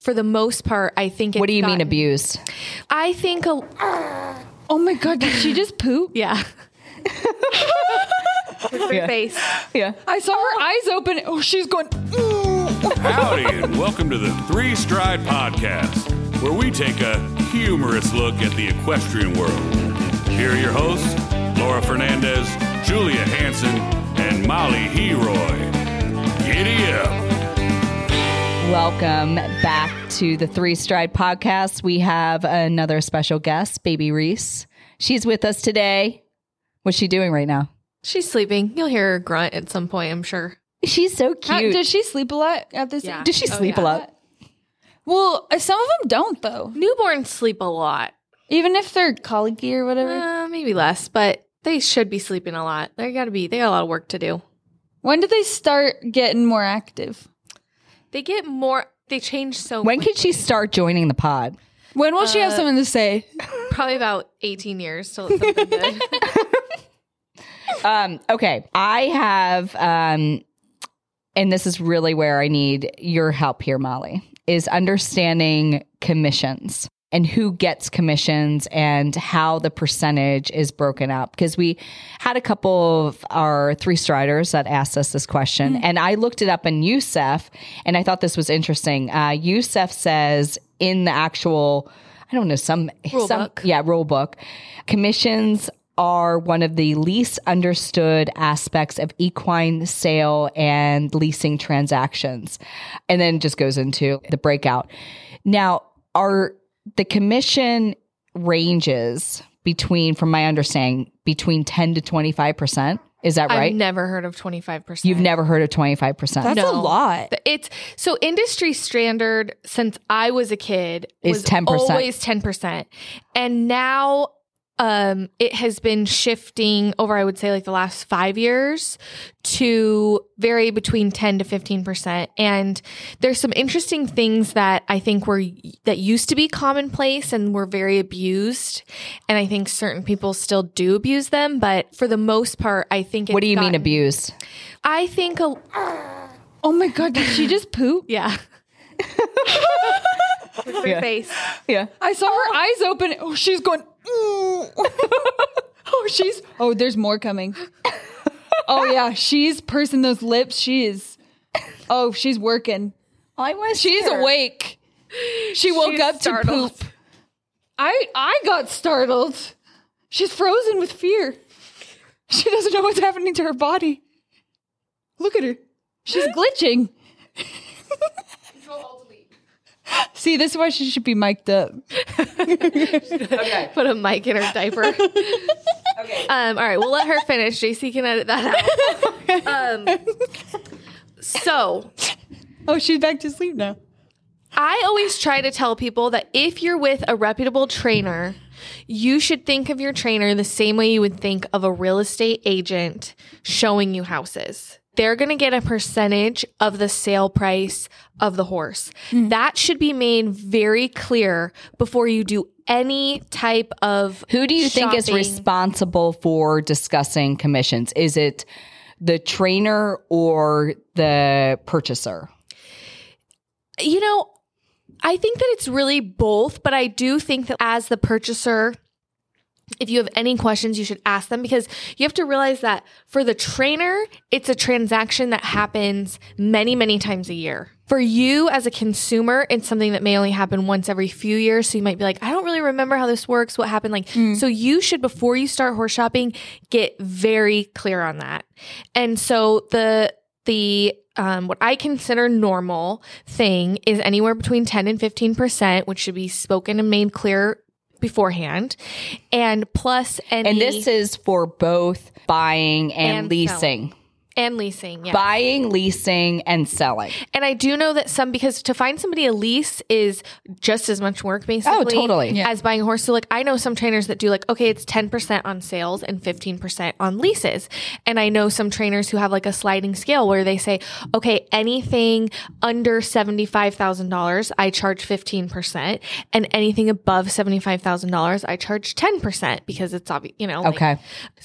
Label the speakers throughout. Speaker 1: for the most part, I think. It's
Speaker 2: What do you mean
Speaker 1: gotten-
Speaker 2: abused?
Speaker 1: I think. A,
Speaker 2: Oh my god, did she just poop?
Speaker 1: yeah. With her
Speaker 2: Yeah.
Speaker 1: face.
Speaker 2: Yeah. I saw her eyes open. Oh, she's going "Mm."
Speaker 3: Howdy, and welcome to the Three Stride Podcast, where we take a humorous look at the equestrian world. Here are your hosts, Laura Fernandez, Julia Hansen, and Molly Heroy. Giddy up!
Speaker 2: Welcome back to the Three Stride Podcast. We have another special guest, Baby Reese. She's with us today. What's she doing right now?
Speaker 1: She's sleeping. You'll hear her grunt at some point, I'm sure.
Speaker 2: She's so cute.
Speaker 4: How-
Speaker 2: does,
Speaker 4: does
Speaker 2: she,
Speaker 4: she sleep a lot at this?
Speaker 1: Yeah.
Speaker 4: age?
Speaker 1: Oh,
Speaker 2: sleep
Speaker 1: yeah.
Speaker 2: a lot?
Speaker 4: Well, uh, some of them don't though.
Speaker 1: Newborns sleep a lot.
Speaker 4: Even if they're colicky or whatever.
Speaker 1: Uh, maybe less, but they should be sleeping a lot. They got to be. They got a lot of work to do.
Speaker 4: when do they start getting more active?
Speaker 1: They get more. They change so.
Speaker 2: When could she start joining the pod?
Speaker 4: When will
Speaker 1: Uh,
Speaker 4: she have something to say?
Speaker 1: Probably about 18 years. So it's something good.
Speaker 2: Um, okay. I have um and this is really where I need your help here, Molly, is understanding commissions and who gets commissions and how the percentage is broken up. Because we had a couple of our three striders that asked us this question, and I looked it up in Yousef, and I thought this was interesting. Uh, Yousef says in the actual, I don't know, some,
Speaker 1: Rule
Speaker 2: some
Speaker 1: book.
Speaker 2: yeah, rule book, commissions are one of the least understood aspects of equine sale and leasing transactions. And then it just goes into the breakout. Now, are the commission ranges between, from my understanding, between 10 to 25%? Is that right?
Speaker 1: I've never heard of 25%.
Speaker 2: You've never heard of 25%.
Speaker 4: That's a
Speaker 1: No.
Speaker 4: lot.
Speaker 1: Th- It's so industry standard since I was a kid
Speaker 2: Is
Speaker 1: was
Speaker 2: 10%.
Speaker 1: always 10%. And now um it has been shifting over I would say like the last 5 years to vary between 10 to 15%. And there's some interesting things that I think were that used to be commonplace and were very abused and I think certain people still do abuse them, but for the most part I think it's
Speaker 2: what do you mean
Speaker 1: gotten-
Speaker 2: abused?
Speaker 1: I think a
Speaker 4: Oh my god, did she just poop?
Speaker 1: yeah. With her face.
Speaker 2: Yeah.
Speaker 4: I saw her eyes open. Oh, she's going. oh, she's. Oh, there's more coming. Oh yeah, she's pursing those lips. She is. Oh, she's working.
Speaker 2: I was
Speaker 4: She's awake. She woke
Speaker 1: She's
Speaker 4: up
Speaker 1: startled.
Speaker 4: to poop. I I got startled. She's frozen with fear. She doesn't know what's happening to her body. Look at her. She's glitching. See, this is why she should be mic'd up.
Speaker 1: Put a mic in her diaper. okay. Um, all right, we'll let her finish. JC can edit that out. Um, so
Speaker 4: Oh, she's back to sleep now.
Speaker 1: I always try to tell people that if you're with a reputable trainer, you should think of your trainer the same way you would think of a real estate agent showing you houses. They're going to get a percentage of the sale price of the horse. That should be made very clear before you do any type of
Speaker 2: Who do you think is
Speaker 1: shopping.
Speaker 2: responsible for discussing commissions? Is it the trainer or the purchaser?
Speaker 1: you know, I think that it's really both, but I do think that as the purchaser, if you have any questions, you should ask them because you have to realize that for the trainer, it's a transaction that happens many, many times a year. For you as a consumer, it's something that may only happen once every few years. So you might be like, I don't really remember how this works, what happened. Like, so you should, before you start horse shopping, get very clear on that. And so the, the um, what I consider normal thing is anywhere between 10 and 15%, which should be spoken and made clear beforehand. And plus any
Speaker 2: And this is for both buying and,
Speaker 1: And
Speaker 2: leasing.
Speaker 1: and leasing. Yeah.
Speaker 2: Buying, leasing, and selling.
Speaker 1: and I do know that some because to find somebody a lease is just as much work basically.
Speaker 2: Oh, totally.
Speaker 4: Yeah.
Speaker 1: As buying a horse. So like I know some trainers that do like, okay, it's 10% on sales and 15% on leases. And I know some trainers who have like a sliding scale where they say, okay, anything under $75,000, I charge 15%. And anything above $75,000, I charge 10% because it's obvious, you know. like-
Speaker 2: Okay.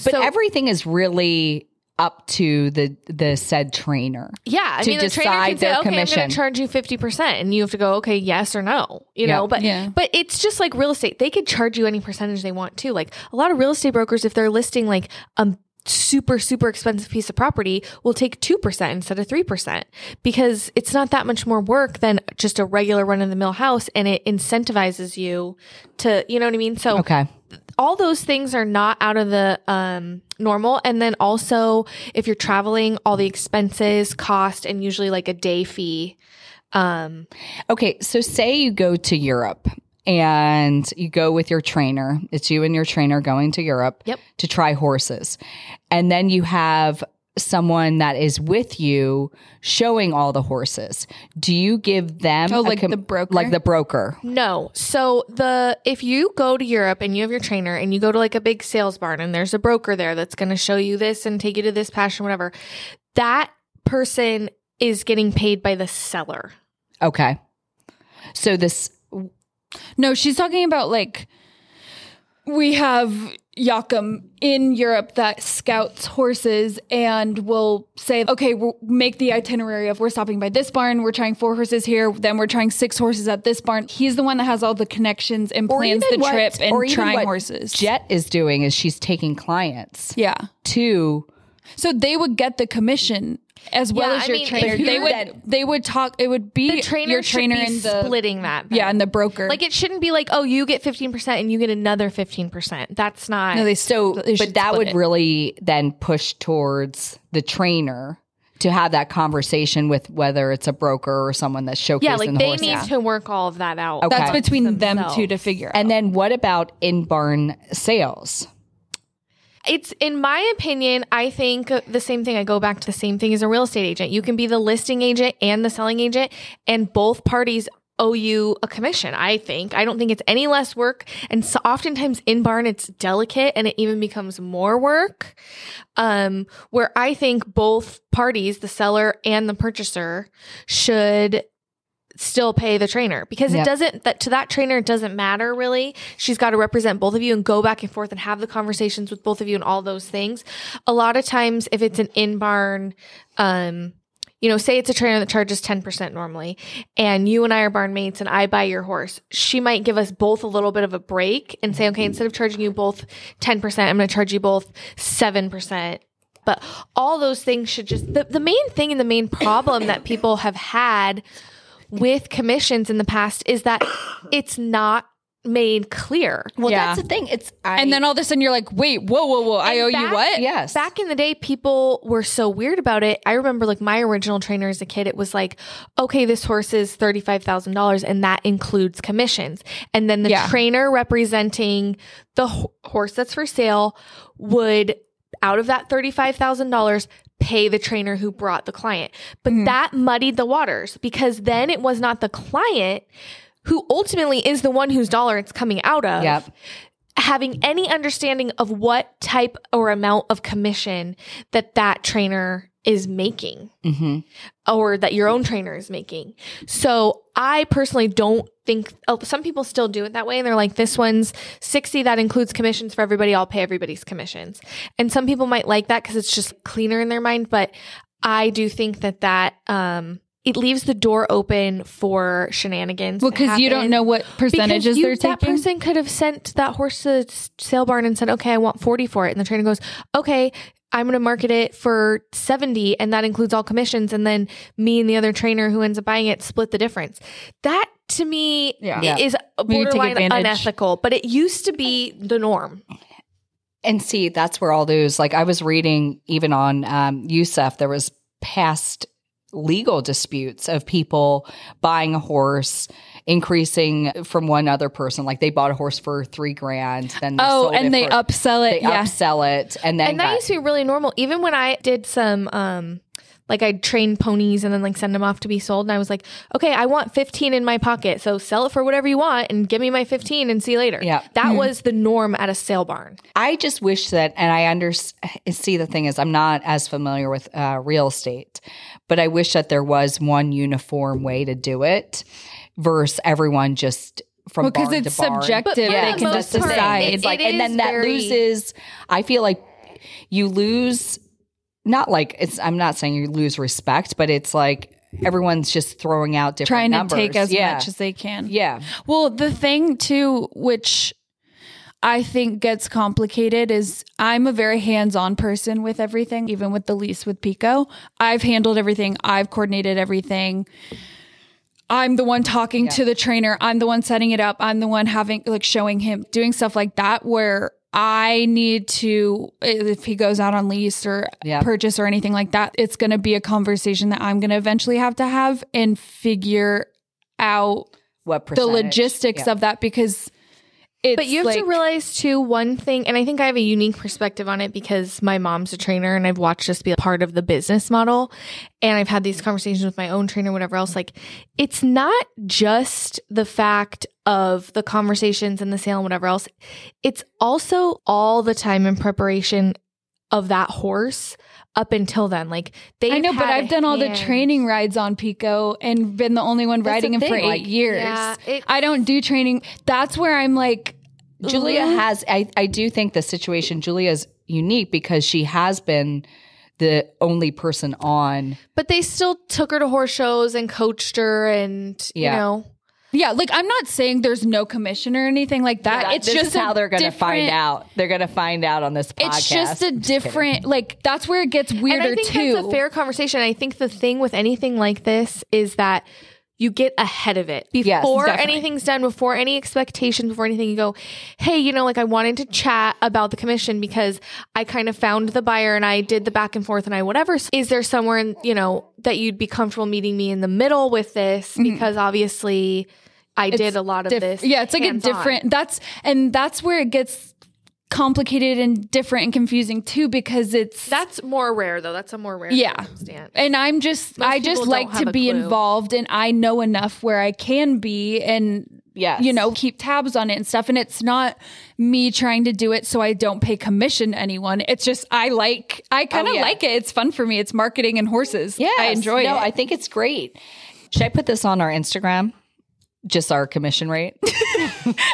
Speaker 2: But
Speaker 1: So-
Speaker 2: everything is really up to the the said trainer.
Speaker 1: Yeah, I
Speaker 2: to
Speaker 1: mean the trainer
Speaker 2: decide
Speaker 1: can say,
Speaker 2: their
Speaker 1: "Okay, I'm going
Speaker 2: commission.
Speaker 1: to charge you fifty percent," and you have to go, "Okay, yes or no," you
Speaker 2: Yeah.
Speaker 1: know. But
Speaker 4: Yeah.
Speaker 1: but it's just like real estate; they could charge you any percentage they want to. Like a lot of real estate brokers, if they're listing like a super super expensive piece of property, will take two percent instead of three percent because it's not that much more work than just a regular run of the mill house, and it incentivizes you to, you know what I mean? So
Speaker 2: Okay.
Speaker 1: all those things are not out of the um, normal. And then also, if you're traveling, all the expenses, cost, and usually like a day fee. Um,
Speaker 2: Okay, so say you go to Europe and you go with your trainer. It's you and your trainer going to Europe
Speaker 1: Yep.
Speaker 2: to try horses. And then you have someone that is with you showing all the horses. Do you give them
Speaker 4: Oh,
Speaker 2: a
Speaker 4: like the broker?
Speaker 2: Like the broker.
Speaker 1: no, so the if you go to Europe and you have your trainer and you go to like a big sales barn and there's a broker there that's going to show you this and take you to this passion, whatever, that person is getting paid by the seller.
Speaker 2: Okay. So this
Speaker 4: No, she's talking about like we have Yakum in Europe that scouts horses and will say, okay, we'll make the itinerary of we're stopping by this barn, we're trying four horses here, then we're trying six horses at this barn. He's the one that has all the connections and plans the
Speaker 2: even what-
Speaker 4: trip and
Speaker 2: or even
Speaker 4: trying
Speaker 2: what
Speaker 4: horses.
Speaker 2: Jet is doing is she's taking clients
Speaker 4: yeah.
Speaker 2: to
Speaker 4: So they would get the commission as well
Speaker 1: Yeah,
Speaker 4: as
Speaker 1: I
Speaker 4: your
Speaker 1: mean,
Speaker 4: trainer.
Speaker 1: if you're
Speaker 4: They would
Speaker 1: then-
Speaker 4: they would talk it would be
Speaker 1: The trainer,
Speaker 4: your trainer
Speaker 1: should be
Speaker 4: and the
Speaker 1: splitting that. then.
Speaker 4: Yeah, and the broker.
Speaker 1: like it shouldn't be like oh you get fifteen percent and you get another fifteen percent. That's not.
Speaker 4: no, they
Speaker 2: so
Speaker 4: they should
Speaker 2: but that
Speaker 4: split
Speaker 2: would
Speaker 4: it.
Speaker 2: really then push towards the trainer to have that conversation with whether it's a broker or someone that's showcasing
Speaker 1: Yeah, like
Speaker 2: the
Speaker 1: they
Speaker 2: horse.
Speaker 1: need to work all of that out.
Speaker 2: Okay.
Speaker 4: that's between them
Speaker 1: themselves.
Speaker 4: two to figure out.
Speaker 2: and then what about in barn sales?
Speaker 1: It's in my opinion, I think the same thing. I go back to the same thing as a real estate agent. You can be the listing agent and the selling agent, and both parties owe you a commission. I think. I don't think it's any less work. And so oftentimes in barn, it's delicate, and it even becomes more work. Um, where I think both parties, the seller and the purchaser, should still pay the trainer because
Speaker 2: Yep.
Speaker 1: it doesn't that to that trainer it doesn't matter really she's got to represent both of you and go back and forth and have the conversations with both of you and all those things a lot of times if it's an in barn um you know say it's a trainer that charges 10% normally and you and i are barn mates and i buy your horse she might give us both a little bit of a break and say okay instead of charging you both 10% i'm going to charge you both 7% but all those things should just the, the main thing and the main problem that people have had with commissions in the past is that it's not made clear.
Speaker 2: Well,
Speaker 4: Yeah.
Speaker 2: that's the thing. It's
Speaker 4: and then all of a sudden you're like, wait, whoa, whoa, whoa, I
Speaker 1: And
Speaker 4: owe you
Speaker 1: back-
Speaker 4: what?
Speaker 2: yes,
Speaker 1: Back in the day, people were so weird about it. I remember, like, my original trainer as a kid, it was like, okay, this horse is $35,000, and that includes commissions. And then the
Speaker 4: Yeah.
Speaker 1: trainer representing the ho- horse that's for sale would, out of that $35,000, pay the trainer who brought the client. But that muddied the waters because then it was not the client who ultimately is the one whose dollar it's coming out of
Speaker 2: Yep.
Speaker 1: having any understanding of what type or amount of commission that that trainer is making
Speaker 4: Mm-hmm.
Speaker 2: hmm
Speaker 1: or that your own trainer is making. So I personally don't think oh, some people still do it that way and they're like this one's 60 that includes commissions for everybody I'll pay everybody's commissions. And some people might like that cuz it's just cleaner in their mind but I do think that that um it leaves the door open for shenanigans.
Speaker 4: Well,
Speaker 1: to
Speaker 4: because you don't
Speaker 1: happen.
Speaker 4: know what percentages
Speaker 1: Because you-
Speaker 4: they're
Speaker 1: that
Speaker 4: taking.
Speaker 1: person could have sent that horse to s- sale barn and said, "Okay, I want forty for it," and the trainer goes, "Okay." I'm going to market it for 70 and that includes all commissions and then me and the other trainer who ends up buying it split the difference. That to me
Speaker 4: Yeah.
Speaker 1: i- is
Speaker 4: you take
Speaker 1: borderline
Speaker 4: advantage.
Speaker 1: unethical, but it used to be the norm.
Speaker 2: And see, that's where all those, like I was reading even on um, USEF, there was past legal disputes of people buying a horse, increasing from one other person. Like they bought a horse for three grand, then they
Speaker 4: oh,
Speaker 2: sold it
Speaker 4: and they
Speaker 2: for-
Speaker 4: upsell
Speaker 2: they
Speaker 4: it. Yeah.
Speaker 2: upsell it, and then
Speaker 1: and that
Speaker 2: got-
Speaker 1: used to be really normal. Even when I did some, um, like I'd train ponies and then like send them off to be sold, and I was like, okay, I want fifteen in my pocket, so sell it for whatever you want and give me my fifteen and see you later.
Speaker 2: Yeah. Mm-hmm.
Speaker 1: that was the norm at a sale barn.
Speaker 2: I just wish that, and I under see the thing is, I'm not as familiar with uh, real estate, but I wish that there was one uniform way to do it, versus everyone just from
Speaker 4: Well, because
Speaker 2: barn to
Speaker 4: it's
Speaker 2: barn.
Speaker 4: subjective.
Speaker 1: But for
Speaker 4: They
Speaker 1: the
Speaker 4: can
Speaker 1: most
Speaker 4: just
Speaker 1: part,
Speaker 4: decide.
Speaker 1: it-
Speaker 2: It's like, and
Speaker 1: is
Speaker 2: then that
Speaker 1: very-
Speaker 2: loses. I feel like you lose not like it's I'm not saying you lose respect, but it's like everyone's just throwing out different
Speaker 4: trying
Speaker 2: numbers.
Speaker 4: to take as
Speaker 2: yeah.
Speaker 4: much as they can.
Speaker 2: yeah.
Speaker 4: Well, the thing too, which I think gets complicated is I'm a very hands-on person with everything, even with the lease with Pico. I've handled everything, I've coordinated everything. I'm the one talking to the trainer, I'm the one setting it up, I'm the one having like showing him doing stuff like that where I need to if he goes out on lease or
Speaker 2: Yeah.
Speaker 4: purchase or anything like that, it's going to be a conversation that I'm going to eventually have to have and figure out
Speaker 2: What
Speaker 4: the
Speaker 2: percentage?
Speaker 4: logistics
Speaker 2: Yeah.
Speaker 4: of that because it's
Speaker 1: But you have to
Speaker 4: like-
Speaker 1: realize too one thing, and I think I have a unique perspective on it because my mom's a trainer and I've watched this be a part of the business model. And I've had these conversations with my own trainer, whatever else. Like, it's not just the fact of the conversations and the sale and whatever else, it's also all the time in preparation of that horse up until then. Like, they
Speaker 4: I know, but I've done all the training rides on Pico and been the only one
Speaker 2: That's the
Speaker 4: riding him for
Speaker 2: thing,
Speaker 4: eight
Speaker 2: like-
Speaker 4: years.
Speaker 1: Yeah, it-
Speaker 4: I don't do training. That's where I'm like,
Speaker 2: Julia
Speaker 4: Ugh.
Speaker 2: has I, I do think the situation Julia is unique because she has been the only person on
Speaker 1: But they still took her to horse shows and coached her, and,
Speaker 2: Yeah.
Speaker 1: you know.
Speaker 4: yeah, like I'm not saying there's no commission or anything like that. it's
Speaker 2: This
Speaker 4: just
Speaker 2: is how
Speaker 4: a
Speaker 2: they're gonna find
Speaker 4: different-
Speaker 2: out. They're gonna find out on this podcast.
Speaker 4: It's just a different, like that's where it gets weirder
Speaker 1: and I think
Speaker 4: too.
Speaker 1: That's a fair conversation. I think the thing with anything like this is that you get ahead of it
Speaker 2: Yes,
Speaker 1: before
Speaker 2: definitely.
Speaker 1: anything's done, before any expectations, before anything. You go, hey, you know, like I wanted to chat about the commission because I kind of found the buyer and I did the back and forth and I whatever. So is there somewhere in you know that you'd be comfortable meeting me in the middle with this because obviously. I did a lot of
Speaker 4: Mm-hmm. diff-
Speaker 1: this.
Speaker 4: Yeah, it's like a
Speaker 1: hands-on.
Speaker 4: different. That's and that's where it gets complicated and different and confusing too because it's
Speaker 1: That's more rare though. That's a more rare
Speaker 4: Yeah.
Speaker 1: circumstance.
Speaker 4: and I'm just I just
Speaker 1: people
Speaker 4: like
Speaker 1: don't have
Speaker 4: to
Speaker 1: a
Speaker 4: be
Speaker 1: clue.
Speaker 4: involved and I know enough where I can be and
Speaker 2: Yes.
Speaker 4: you know keep tabs on it and stuff and it's not me trying to do it so I don't pay commission to anyone it's just I like I kind of
Speaker 2: Oh, yeah.
Speaker 4: like it it's fun for me it's marketing and horses
Speaker 2: Yeah,
Speaker 4: I enjoy
Speaker 2: no,
Speaker 4: it
Speaker 2: I think it's great. Should I put this on our Instagram? Just our commission rate.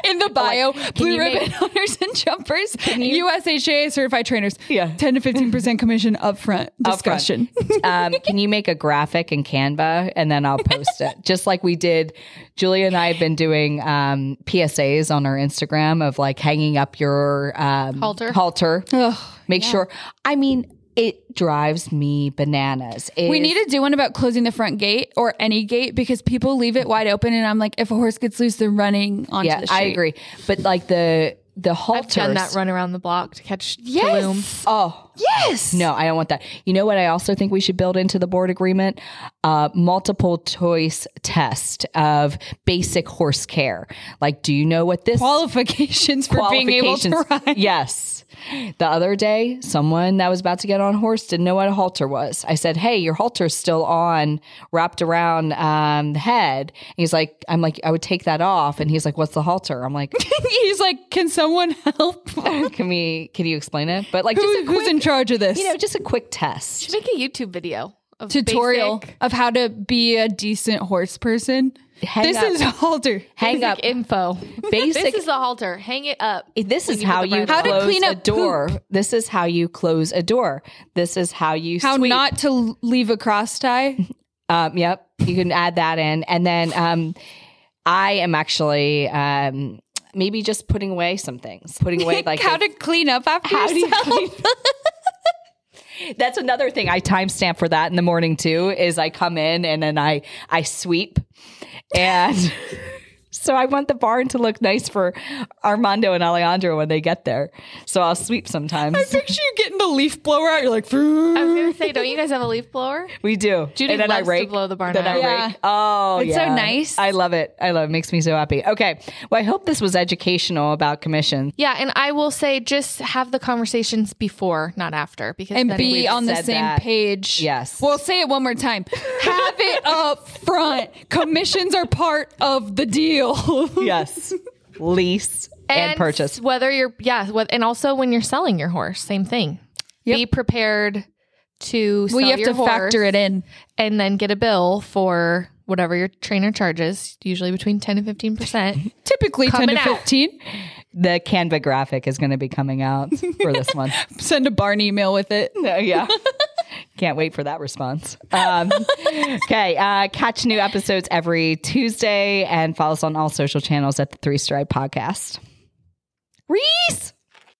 Speaker 4: in the bio blue
Speaker 2: you
Speaker 4: ribbon
Speaker 2: make-
Speaker 4: owners and jumpers USHA certified trainers
Speaker 2: Yeah.
Speaker 4: 10 to 15% commission upfront discussion
Speaker 2: Um, can you make a graphic in Canva and then I'll post it? Just like we did. Julia and I have been doing um, PSAs on our Instagram of like hanging up your um,
Speaker 1: Halter.
Speaker 2: Halter.
Speaker 4: Ugh,
Speaker 2: Make sure. I mean, it drives me bananas. It
Speaker 4: We
Speaker 2: is-
Speaker 4: need to do one about closing the front gate or any gate because people leave it wide open, and I'm like, if a horse gets loose, they're running onto
Speaker 2: Yeah,
Speaker 4: the street.
Speaker 2: I agree. But like the the halters.
Speaker 1: I've done that run around the block to catch
Speaker 4: Yes.
Speaker 1: Tulum.
Speaker 2: Oh yes. No, I don't want that. You know what? I also think we should build into the board agreement uh, multiple choice test of basic horse care. Like, do you know what this
Speaker 4: Qualifications for being able to
Speaker 2: qualifications-
Speaker 4: ride.
Speaker 2: Yes. The other day, someone that was about to get on a horse didn't know what a halter was. I said, "Hey, your halter's still on, wrapped around um, the head." And he's like, "I'm like, I would take that off." And he's like, "What's the halter?" I'm like,
Speaker 4: He's like, can someone help?
Speaker 2: "Can we? Can you explain it?" But like, just
Speaker 4: Who,
Speaker 2: a
Speaker 4: who's in charge of this?
Speaker 2: you know, just a quick test.
Speaker 1: Make a YouTube video of
Speaker 4: Tutorial
Speaker 1: basic-
Speaker 4: of how to be a decent horse person.
Speaker 2: Hang
Speaker 4: this
Speaker 2: up.
Speaker 4: is halter.
Speaker 2: Hang
Speaker 1: basic
Speaker 2: up.
Speaker 1: info.
Speaker 2: Basic.
Speaker 1: this is the halter. Hang it up.
Speaker 2: This is
Speaker 1: you
Speaker 2: how
Speaker 1: put the
Speaker 2: you
Speaker 1: bridle on.
Speaker 4: How to
Speaker 2: close
Speaker 4: clean
Speaker 2: a
Speaker 4: up
Speaker 2: door. This is how you close a door. This is how you
Speaker 4: How
Speaker 2: sweep.
Speaker 4: not to leave a cross tie.
Speaker 2: Um, yep, you can add that in, and then um, I am actually um, maybe just putting away some things, putting away like
Speaker 4: how
Speaker 2: the-
Speaker 4: to clean up after
Speaker 2: how do you
Speaker 4: yourself.
Speaker 2: clean- That's another thing I timestamp for that in the morning too. Is I come in and then I I sweep, and so I want the barn to look nice for Armando and Alejandro when they get there. So I'll sweep sometimes.
Speaker 4: Picture you getting the leaf blower out. You're like, "Vroom."
Speaker 1: I was gonna say, don't you guys have a leaf blower?
Speaker 2: We do.
Speaker 1: Judy
Speaker 2: and then I
Speaker 1: loves to
Speaker 2: rake,
Speaker 1: blow the barn
Speaker 2: Then I
Speaker 1: out.
Speaker 4: Yeah.
Speaker 2: rake. Oh,
Speaker 4: It's so
Speaker 2: yeah.
Speaker 4: nice.
Speaker 2: I love it. I love it. Makes me so happy. Okay. Well, I hope this was educational about commission.
Speaker 1: Yeah, and I will say, just have the conversations before, not after, because
Speaker 4: and
Speaker 1: then
Speaker 4: be
Speaker 1: we've
Speaker 4: on the
Speaker 2: said
Speaker 4: same
Speaker 2: that.
Speaker 4: page.
Speaker 2: Yes.
Speaker 4: We'll say it one more time. Have it up front. Commissions are part of the deal.
Speaker 2: Yes. Lease and, purchase.
Speaker 1: Whether you're, yeah, what, and also when you're selling your horse, same thing. Be prepared to. Sell
Speaker 4: well, you have
Speaker 1: your
Speaker 4: to factor
Speaker 1: horse
Speaker 4: it in.
Speaker 1: and then get a bill for whatever your trainer charges, usually between ten and fifteen percent.
Speaker 4: Typically 10
Speaker 1: Coming
Speaker 4: to
Speaker 1: out.
Speaker 4: 15.
Speaker 2: The Canva graphic is going to be coming out for this one.
Speaker 4: Send a barn email with it.
Speaker 2: No, yeah. Can't wait for that response. Um, okay. Uh, catch new episodes every Tuesday and follow us on all social channels at the Three Stride Podcast.